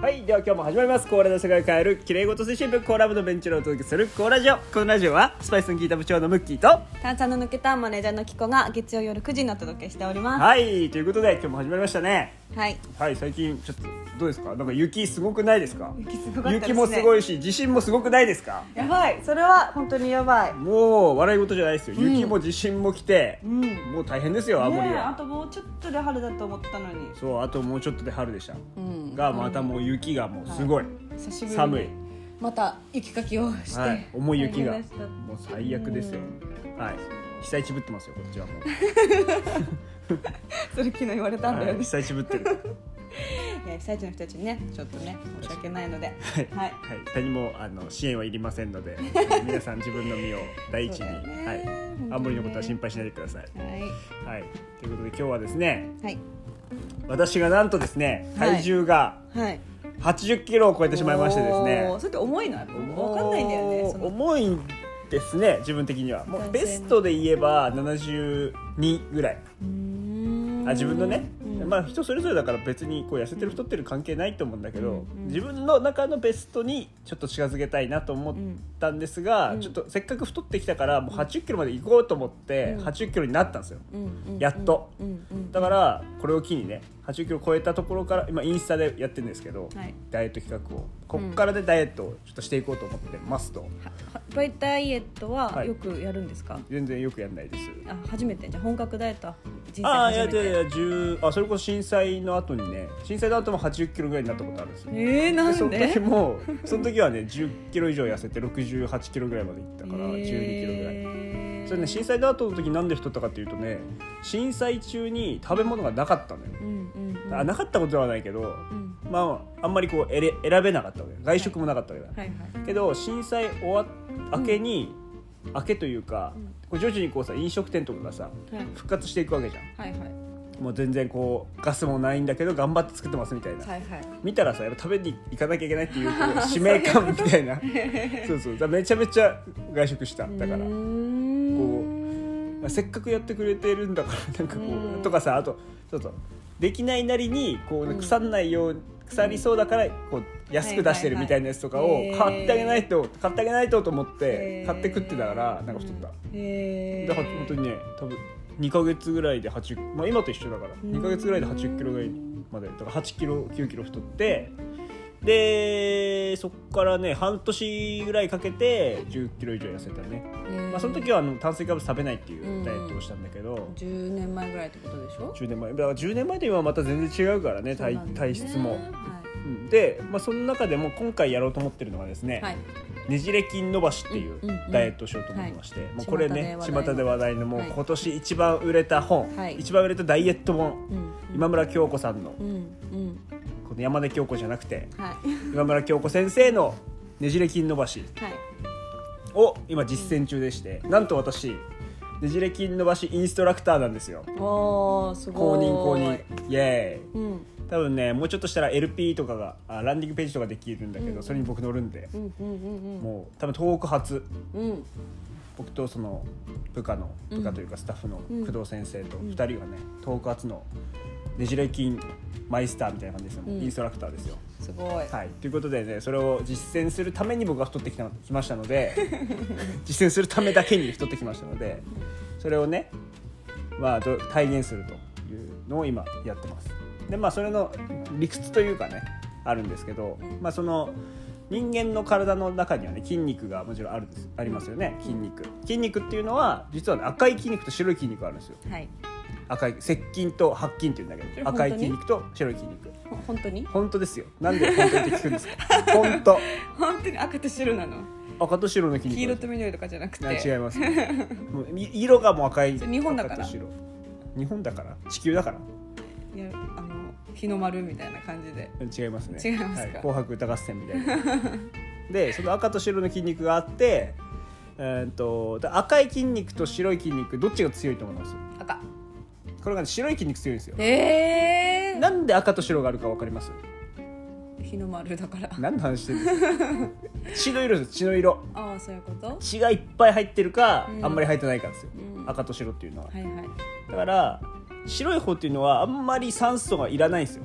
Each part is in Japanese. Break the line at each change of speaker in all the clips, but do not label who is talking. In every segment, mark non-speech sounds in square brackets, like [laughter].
はいでは今日も始まりますコーラの世界を変えるきれいごと推進部コーラ部のベンチのお届けするコーラジオこのラジオはスパイスの効いた部長のムッキーと
炭酸の抜けたマネージャーのキコが月曜夜9時にお届けしておりま
はいということで今日も始まりましたね
すはい
はい最近ちょっとどうですかなんか雪すごくないですか
雪すごかったですね
雪もすごいし地震もすごくないですか
やばいそれは本当にやばい
もう笑い事じゃないですよ、雪も地震も来て、
うん
もう大変ですよ青森
ねえ
は、
あともうちょっとで春だと思ったのに
そうあともうちょっとで春でした、
ん
がまたもう雪がもうすごい、
久しぶりに
寒い
また雪かきをして、
はい、重い雪が
大変でした
もう最悪ですよ、はい被災地ぶってますよこっちはも
[laughs]
う、
それ昨日言われたんだ
はい、
よ
被
ね、
災地ぶってる
い、や被災地の人たちにねちょっとね申し訳ないので
はい、
は
はいい、何もあの支援はいりませんの
[laughs]
で皆さん自分の身を第一に、
そうだよね
はい
本当にね
青森のことは心配しないでください、
はい
はい、ということで今日はですね
はい
私がなんとですね
はい
体重が
はい
80キロを超えてしまいましてですね、
おーそれって重いのやっぱわかんないんだよねその
重いですね自分的にはもう
男性
ベ
の
ストで言えば72ぐらいう
ーん
あ自分のね、
うん
まあ人それぞれだから別にこう痩せてる太ってる関係ないと思うんだけど、
うんうん
自分の中のベストにちょっと近づけたいなと思ったんですが、
うん
ちょっとせっかく太ってきたからもう8 0キロまで行こうと思って
うん
8 0キロになったんですよ
うんうん
やっと
うんうん
だからこれを機にね8 0キロ超えたところから今インスタでやってるんですけど、
はい
ダイエット企画をこっからでダイエットをちょっとしていこうと思ってますと、
バイダイエット
は
はいよくやるんですか、
全然よくやんないです
あ初めてじゃあ本格ダイエットは人生
ああいや
初
い
め
やい
て
や10あそれこそ震災の後にね震災の後も8 0キロぐらいになったことあるんですよ
えー、な
そ
ん
の時
で
もその時はね1 0キロ以上痩せて6 8キロぐらいまでいったから1 2キロぐらい、
えー
それね震災の後の時なんで太ったかっていうとね震災中に食べ物がなかったのよ、
うんうんうん
あなかったことはないけど
うん
まああんまりこうえれ選べなかったわけ外食もなかったわけだ、
はいはい
けど震災終わっ明けに、明けというか、
うん
こう徐々にこうさ飲食店とかがさ
はい
復活していくわけじゃん
はいはい
もう全然こうガスもないんだけど頑張って作ってますみたいな、
はいはい
見たらさやっぱ食べに行かなきゃいけないっていうこう使命感みたい
[laughs]
なそうそうだからめちゃめちゃ外食しただから
うーん
せっかくやってくれてるんだからなんかこ
う
うんとかさあとそうそうできないなりにこう
うん
腐んないよう腐りそうだからこう安く出してるみたいなやつとかを
はいはいはい
買ってあげないと買ってあげないとと思って
へー
買って食ってたからなんか太った
うんへー
だから本当にね多分2ヶ月ぐらいで8、まあ、今と一緒だから
ん
2ヶ月ぐらいで8 0キロぐらいまでだから8キロ9キロ太ってでそこからね半年ぐらいかけて1 0キロ以上痩せたね、まあ、その時はあの炭水化物食べないっていうダイエットをしたんだけど、
10年前ぐらいってことでしょ
10年前だから10年前と今はまた全然違うからね
そう
体
なんだよ
体
ね
質も。
は
うんで、まあ、その中でも今回やろうと思ってるのがですね、
い、はい
ねじれ筋伸ばしっていう
うんうんうん
ダイエットをしようと思ってまして、
い
もうこれね巷
巷で話題の
で話題のもう
はい
今年一番売れた本、
はい
一番売れたダイエット本、
うん、
今村京子さんの
うんうん
この山根京子じゃなくて
はい [laughs]
今村京子先生のねじれ筋伸ばし
はい
を今実践中でして、なんと私ねじれ筋伸ばしインストラクターなんですよ
おーす
公
ごい
認公認イエーイ
うん
多分ねもうちょっとしたら LP とかがあランディングページとかできるんだけど、
うん
それに僕乗るんで、
うんうんうん
もう多分東北初
うんうん
僕とその部下の
うん
部下というかスタッフの
うん
工藤先生と
うん
2人はね東北初のねじれ筋マイスターみたいな感じですよ、
うん
インストラクターですよ。
すごい
はい、ということでねそれを実践するために僕が太ってきたきましたの
[laughs]
で実践するためだけに太ってきましたのでそれをね、まあ、ど体現するというのを今やってます。でまあそれの理屈というかねあるんですけど、まあ、その人間の体の中にはね筋肉がもちろんあるんですありますよね筋肉筋肉っていうのは実は、ね、赤い筋肉と白い筋肉があるんですよ
はい
赤い接筋と白筋っていうんだけ
え
ど赤い
本当
筋
に
肉と白い筋肉
ほ本当に
本当ですよなんで本当にって聞くん
[laughs]
ですか本当
本当に赤と白なの
赤と白の筋肉
黄色と緑とかじゃなくて
あ違います、もうい色がもう赤い
それ日本だから
赤と白日本だから地球だから
いやあの日の丸みたいな感じで
違いますね
違いますか
はい、紅白歌合戦みたいなでその赤と白の筋肉があってえー、とだ赤い筋肉と白い筋肉どっちが強いと思います
赤
これが、ね、白い筋肉強いんですよ
ええ
なんで赤と白があるかわかります
日の丸だから
何の話してるんですか血の色です血の色
ああそういうことは
血がいっぱい入ってるか、
うん
あんまり入ってないかですよ、
うん
赤と白っていうのは、
いはい
だから白い方っていうのはあんまり酸素がいらないんですよ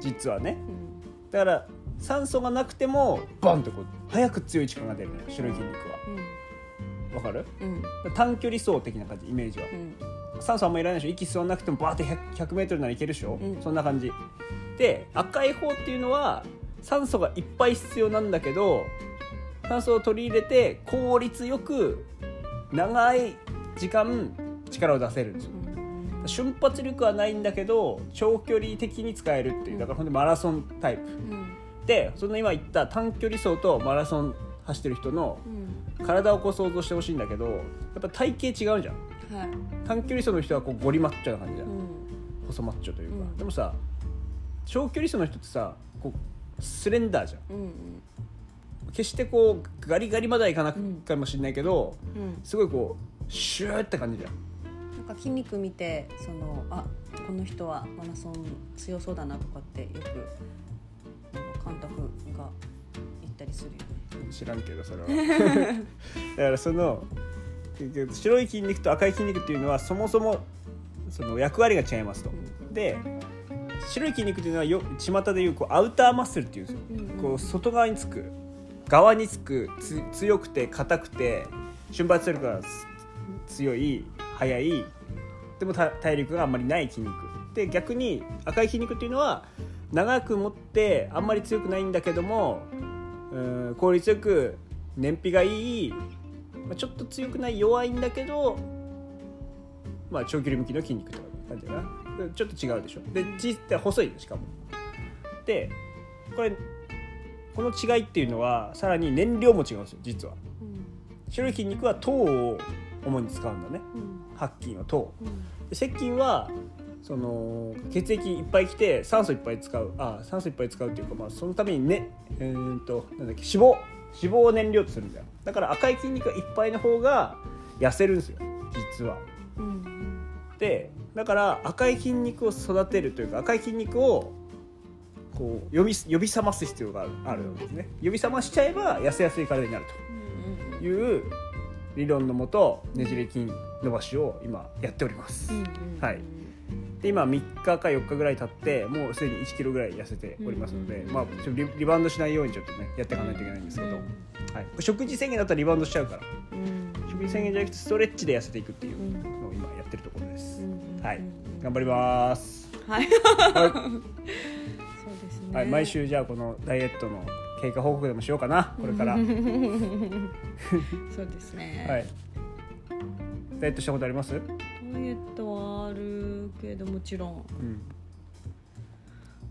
実はね
うん
だから酸素がなくてもバンとこう早く強い力が出るのよ白い筋肉はわかる
うん
短距離走的な感じイメージは
うん
酸素あんまいらないでしょ息吸わなくてもバーって 100, 100m ならいけるでしょ、
うん
そんな感じで赤い方っていうのは酸素がいっぱい必要なんだけど酸素を取り入れて効率よく長い時間力を出せるんですよ
うん
瞬発力はないんだけど長距離的に使えるっていうだからほんでマラソンタイプ
うん
でその今言った短距離走とマラソン走ってる人の
うん
体をこう想像してほしいんだけどやっぱ体型違うじゃん
はい
短距離走の人はこうゴリマッチョな感じじゃん、
うん
細マッチョというか、
うん
でもさ長距離走の人ってさこうスレンダーじゃん
うん
決してこうガリガリまではいかないかもしれないけど、
うん
すごいこうシューって感じじゃん
なんか筋肉見てそのあこの人はマラソン強そうだなとかってよくあの監督が言ったりするよね。
知らんけど [laughs] それはだからその白い筋肉と赤い筋肉っていうのはそもそもその役割が違いますとで白い筋肉っていうのはよ巷でいうこうアウターマッスルっていうんですよ
うんうん
こう外側につく側につくつ強くて硬くて瞬発力がす強い速いでもた体力があんまりない筋肉で逆に赤い筋肉っていうのは長く持ってあんまり強くないんだけどもうーん効率よく燃費がいい、まあ、ちょっと強くない弱いんだけど、まあ、長距離向きの筋肉とかなんていうかなちょっと違うでしょでちって細いのしかもでこれこの違いっていうのはさらに燃料も違うんですよ実は
うん
白い筋肉は糖を主に使うんだね
うん
白筋は糖
うん
で接近はその血液いっぱい来て酸素いっぱい使うあ酸素いっぱい使うっていうか、まあ、そのためにねえー、となんだっけ脂肪脂肪を燃料とするんだよだから赤い筋肉がいっぱいの方が痩せるんですよ実は
うん
でだから赤い筋肉を育てるというか赤い筋肉をこう呼び呼び覚ます必要があるあるわけですね呼び覚ましちゃえば痩せやすい体になる
うん
という理論のもとねじれ筋伸ばしを今やっております、
うん
はいで今3日か4日ぐらい経ってもうすでに1キロぐらい痩せておりますので、
うん
まあ、ちょっとリリバウンドしないようにちょっとねやっていかないといけないんですけど、はい、食事制限だったらリバウンドしちゃうから
うん
食事制限じゃなくてストレッチで痩せていくっていう
うん
のを今やってるところです、
うん
はい頑張り
[laughs]
ます、
はい
は
そうです
い
ね。
はい、毎週じゃあこのダイエットの経過報告でもしようかなこれから、はい、
そうですね。
ダイエットしたことあります、
ダイエットはあるけどもちろん
うん、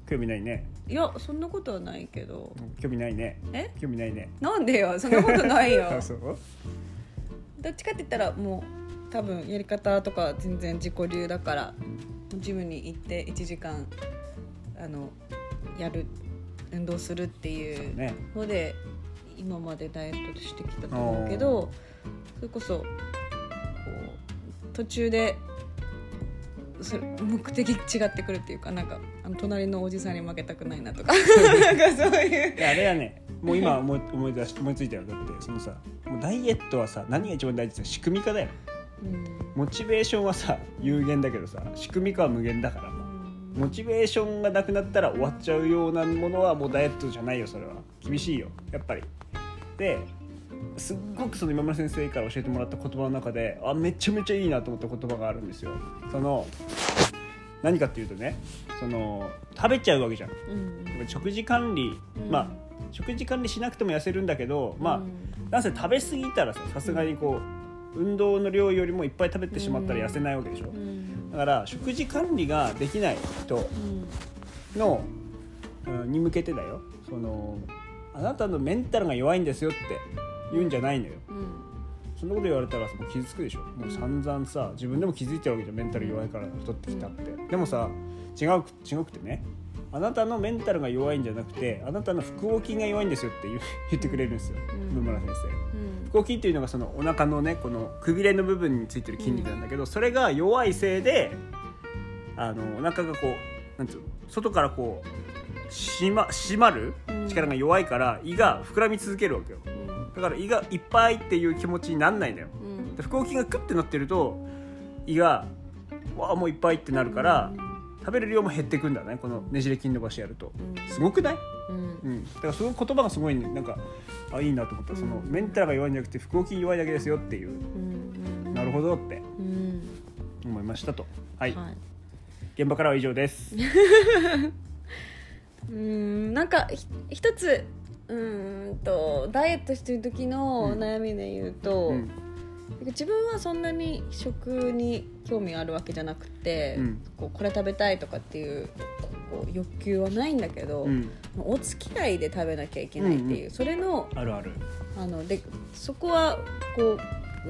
興味ないね
いやそんなことはないけど
興味ないね
え
興味ないね
なんでよそんなことないよ
あ [laughs] そう
どっちかって言ったらもう多分やり方とか全然自己流だからジムに行って1時間あのやる運動するっていう
ね
ので今までダイエットしてきたと思うけどそれこそこう途中でそれ目的違ってくるっていうかなんかあの隣のおじさんに負けたくないなとか [laughs] なんかそういう
いやあれはねもう今思い思い出し思いついたよだってそのさもうダイエットはさ何が一番大事って仕組み化だよ
うん
モチベーションはさ有限だけどさ仕組み化は無限だからモチベーションがなくなったら終わっちゃうようなものはもうダイエットじゃないよそれは厳しいよやっぱりですっごくその今村先生から教えてもらった言葉の中であめちゃめちゃいいなと思った言葉があるんですよその何かっていうとねその食べちゃうわけじゃん
うん
食事管理、
うん
まあ食事管理しなくても痩せるんだけどまあ、
うん
なんせ食べ過ぎたらささすがにこう運動の量よりもいっぱい食べてしまったら痩せないわけでしょ、
うん
だから食事管理ができない人
うん
の、うんに向けてだよそのあなたのメンタルが弱いんですよって言うんじゃないのよ
うん
そんなこと言われたらもう傷つくでしょもう散々さ自分でも気づいてるわけじゃんメンタル弱いから太ってきたって、でもさ違うく違うくてねあなたのメンタルが弱いんじゃなくてあなたの腹横筋が弱いんですよって言う [laughs] 言ってくれるんですよ
うん
野村先生腹横筋っていうのがそのお腹のねこのくびれの部分についてる筋肉なんだけど、それが弱いせいであのお腹がこうなんていうの外からこう締ま締まる
うん
力が弱いから胃が膨らみ続けるわけよだから胃がいっぱいっていう気持ちになんないんだよ
うん
で腹横筋がクッてなってると胃がわあもういっぱいってなるから、食べる量も減ってくんだねこのねじれ筋伸ばしやると
うん
すごくない
うん
うん、だからその言葉がすごいねなんかあいいなと思ったそのメンタルが弱いんじゃなくて腹横筋弱いだけですよっていう
うん
なるほどって
うん
思いましたとはい、
はい
現場からは以上です
うんなんかひ一つうーんとダイエットしてる時の悩みで言うと、
うん
自分はそんなに食に興味があるわけじゃなくて、
うん
こうこれ食べたいとかっていうこう欲求はないんだけど、
うん
お付き合いで食べなきゃいけないっていう、
うんう
それの
あるある
あのでそこはこ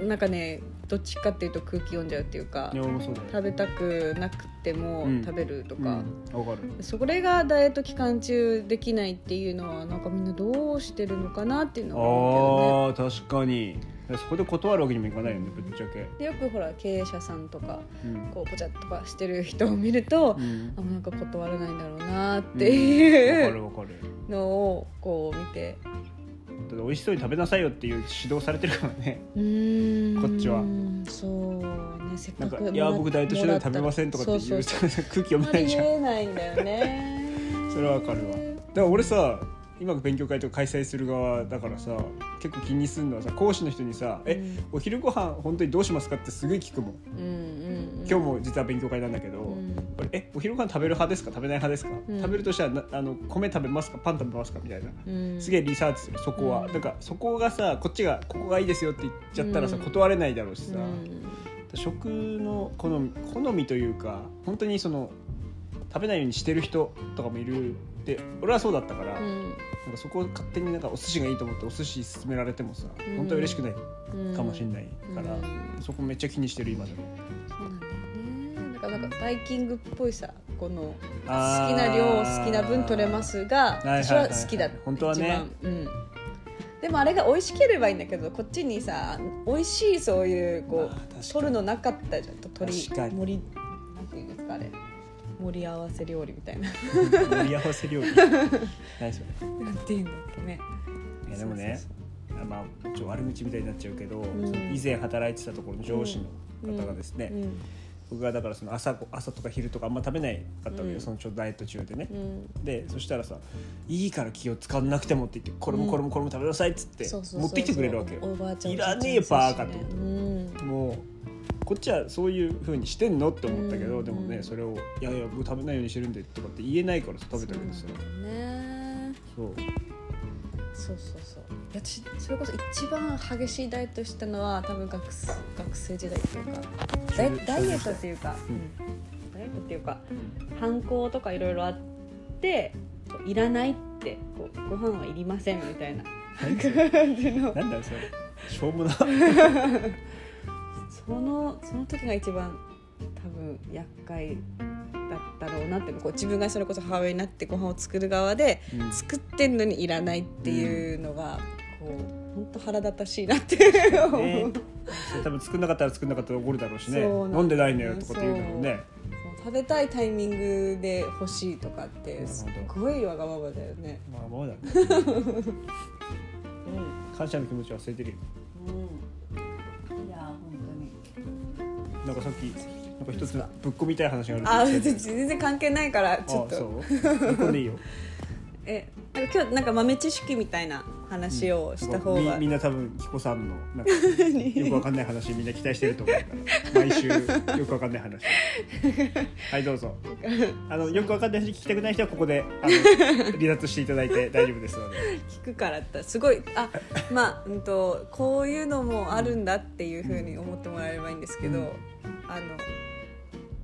うなんかねどっちかっていうと空気読んじゃうっていうか
いや俺もそうだよ
食べたくなくても
うん
食べるとか、
うん、わかる
それがダイエット期間中できないっていうのはなんかみんなどうしてるのかなっていうのは思う
あー確かにそこで断るわけにもいかないよねぶっちゃけ、
けどねでよくほら経営者さんとか
うん
こうポチャッとかしてる人を見ると、
うん
あもうなんか断れないんだろうなってい
うん
う
わかるわかる
のをこう見て
だって美味しそうに食べなさいよっていう指導されてるからね
[laughs] うーん
こっちは
そうねせっ
な
か
ん
く
かいや僕ダイエットしてないの食べませんとかっていう
そうそう
[laughs] 空気読
あん
め
ま
な
り
いじ
言
ゃん
えないんだよね
それはわかるわだから俺さ今勉強会とか開催する側だからさ結構気にするのはさ講師の人にさ [laughs] 「え
うん
お昼ご飯本当にどうしますか?」ってすごい聞くもん
うんうんうん
今日も実は勉強会なんだけど、
うん
これえお昼ご飯食べる派ですか食べない派ですか、
うん
食べるとしたらなあの米食べますかパン食べますかみたいな、
うん
すげえリサーチするそこは、
うん
なんかそこがさこっちがここがいいですよって言っちゃったらさ、
うん
断れないだろうしさ、
うん
食の好み好みというか本当にその食べないようにしてる人とかもいるって俺はそうだったから、
う
なん
ん
かそこを勝手になんかお寿司がいいと思ってお寿司勧められてもさ、
ん
本当は嬉しくない
うん
かもしれないから、
うん
そこめっちゃ気にしてる今でも。
そうなんだよねだからなんかバイキングっぽいさこの好き
あー
な量好きな分取れますが
いはいはい
私は好きだ
本当はね
一番うんでもあれが美味しければいいんだけどこっちにさ美味しいそういうこ
まあ確かに
う取るのなかったじゃんと取り
確かに
盛りなんていうんですかあれ盛り合わせ料理みたいな
盛り合わせ料理
[laughs]
ないですよね
なんていうんだっけね
いやでもね
そう
まあちょっと悪口みたいになっちゃうけど、
ん
その以前働いてたところの上司の方がですね、
そうそううん
僕がだからその朝ご朝とか昼とかあんま食べないかったわけよ、
うん
そのちょっとダイエット中でね、
うん
でそしたらさ「いいから気を使わなくても」って言って「これもこれもこれも食べなさい」っつって
そうそうそう
持ってきてくれるわけよ。
おばあちゃん
いらねえバーカと思って
うん
もうこっちはそういうふうにしてんのって思ったけど、
うん
でもねそれを「いやいや僕食べないようにしてるんで」とかって言えないからさ食べたけどさ
そうなんだよね
そう
そうそうそういや私それこそ一番激しいダイエットしたのは多分学生学生時代っていうかダイ
中
ダイエットっていうか、
うん
うんダイエットっていうか反抗とかいろいろあってこういらないってこうご飯はいりませんみたいな
何それ
感じの
なんだよそれしょうも
[laughs]
な
そのその時が一番多分厄介だったろうなってこう自分がそれこそ母親になってご飯を作る側で
うん
作ってんのにいらないっていうのが、こう本当腹立たしいなって思う、
ね多分作んなかったら作んなかったら怒るだろうしね
そうなんだよ
飲んでないのよとかって言うのもね
[laughs] 食べたいタイミングで欲しいとかってすっごいわがままだよね。
まあまあだね
うん
感謝の気持ち忘れてるよ
いや本当に
なんかさっきなんか一つぶっ込みたい話があ
あ
るって言
全
って
然全然関係ないから
た
ちょ
よ
っ
あそう
と
ぶっ込んでいいよ
えなんか今日なんか豆知識みたいな話を [laughs] した方
なんか
が、
みみんな多分紀子さんのなんか
[laughs]
よくわかんない話みんな期待してると思うから毎週よくわかんない話はいどうぞあのよくわかんない話聞きたくない人はここであの離脱していただいて大丈夫ですので [laughs]
聞くからってすごいあまあ、うん、とこういうのもあるんだっていうふうに思ってもらえればいいんですけど、
うん
あの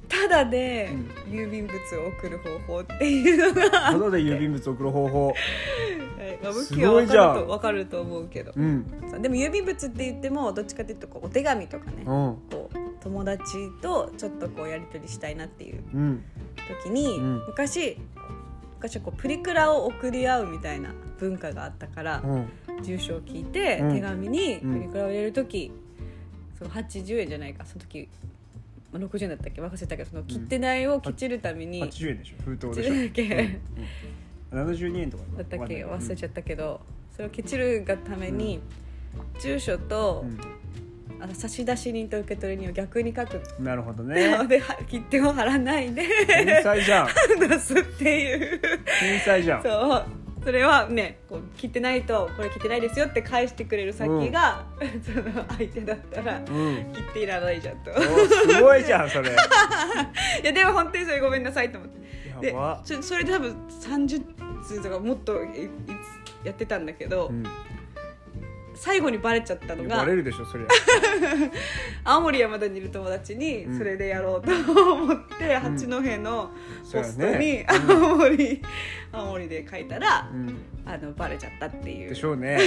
ただで
うん
郵便物を送る方法ってい
[laughs]
うのが、
ただで郵便物を送る方法
はいまあ、武
す
器は
ごい
分か
じゃん
ると分かると思うけど
うん
でも郵便物って言ってもどっちかっていうとこうお手紙とかね
うん
こう友達とちょっとこうやり取りしたいなっていう
うん
時に、
うん
昔昔はこうプリクラを送り合うみたいな文化があったから
う、ん
住所を聞いて、
うん
手紙に
うん
プリクラを入れる時、その80円じゃないかその時まあ60円だったっけ忘れたけどその切手代をきちるために、
80円でしょ封筒
切
でしょ
るだけ
72円とか
[laughs] だったっけ忘れちゃ
っ
ったけど、それをケチるがために、住所と、あの差出人と受け取り人を逆に書く
なるほど
な [laughs]
ね
のでは切手を貼らないで [laughs]
天才じゃん
出すっていう
天才じゃん
そうそれはねこう切ってないとこれ切ってないですよって返してくれる先が、 [laughs] その相手だったら
うん
切っていらないじゃんと [laughs] い
おすごいじゃんそれ
やでも本当にそれごめんなさいと思ってで
やば
そそれで多分30通とかもっといいつやってたんだけど、
うん
最後にバレちゃったの
バ
が
レるでしょそりゃ
青森山田にいる友達に
うん
それでやろうと思って、
ん
八戸の
そ
ポ
うや
ストに
ね
青森、青森で書いたら
う、ん
あのバレちゃったっていう
でしょうね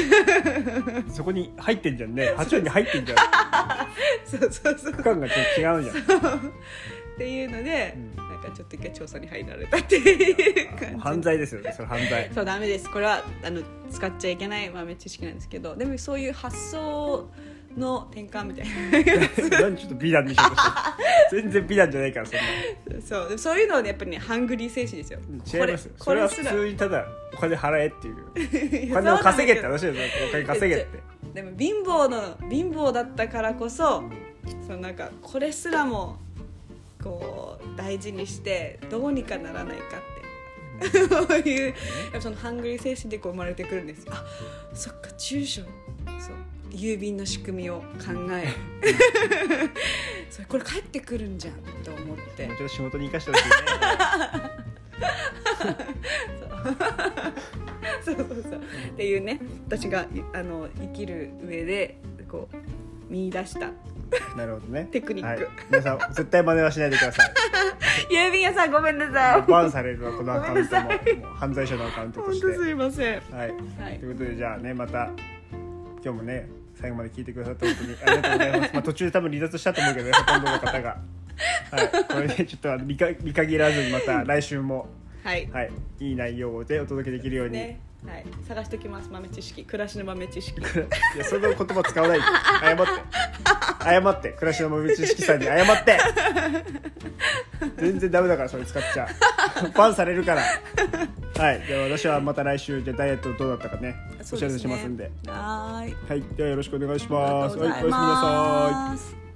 そこに入ってんじゃんね八丁に入ってんじゃん
そうそうそう
区間がちょっと違うじゃん
っていうので、
うん
なんかちょっと一回調査に入られたっていう感じ
もう犯罪ですよねそれ犯罪
そうダメですこれはあの使っちゃいけない豆知識なんですけどでもそういう発想の転換みたい
何ちょっと美談にしようとしてる全然美談じゃないからそんな
な [laughs] そうでもそういうのはねやっぱりねハングリー精神ですよ
違いますよ
こ
それ
れ
は
こ
普
れすら
通にただお金払えっていう
い
お
や
金を稼げって
そうなんだ
話ですよお金稼げって
けどでも貧乏の貧乏だったからこそそのなんかこれすらもこう大事にしてどうにかならないかって [laughs] そういうやっぱそのハングリー精神でこう生まれてくるんですよあそっか住所そう郵便の仕組みを考え [laughs] それこれ帰ってくるんじゃんと思って
もうちょっと仕事に生かしてほしい
[laughs]
ね
そうそうそうっていうね私がいあの生きる上でこう見出した
なるほどね
テクニック
はい、皆さん絶対真似はしないでくださ
[laughs]
い
郵便屋さんごめんなさい
バンされるわこのアカウントも
ごめんなさい
もう犯罪者のアカウントと
本
し
当す
て
いません
はい
はい
ということでじゃあねまた今日もね最後まで聞いてくださって本当にありがとうござい
[laughs]
ます、まあ、途中で多分離脱したと思うけどねほとんどの方が。はい、これでちょっとあの見か見限らずにまた来週も、
はい、
はい、いい内容でお届けできるように、
ねはい、探しておきます豆知識暮らしの豆知識
いやその言葉使わないで謝って謝って暮らしの豆知識さんに謝って全然ダメだからそれ使っちゃバンされるからはいでは私はまた来週じゃあダイエットどうだったかねお知らせしますんで
はーい
はいではよろしくお願いし
ありが
ます
とうご
は
ざい
いおやすみなさい
ます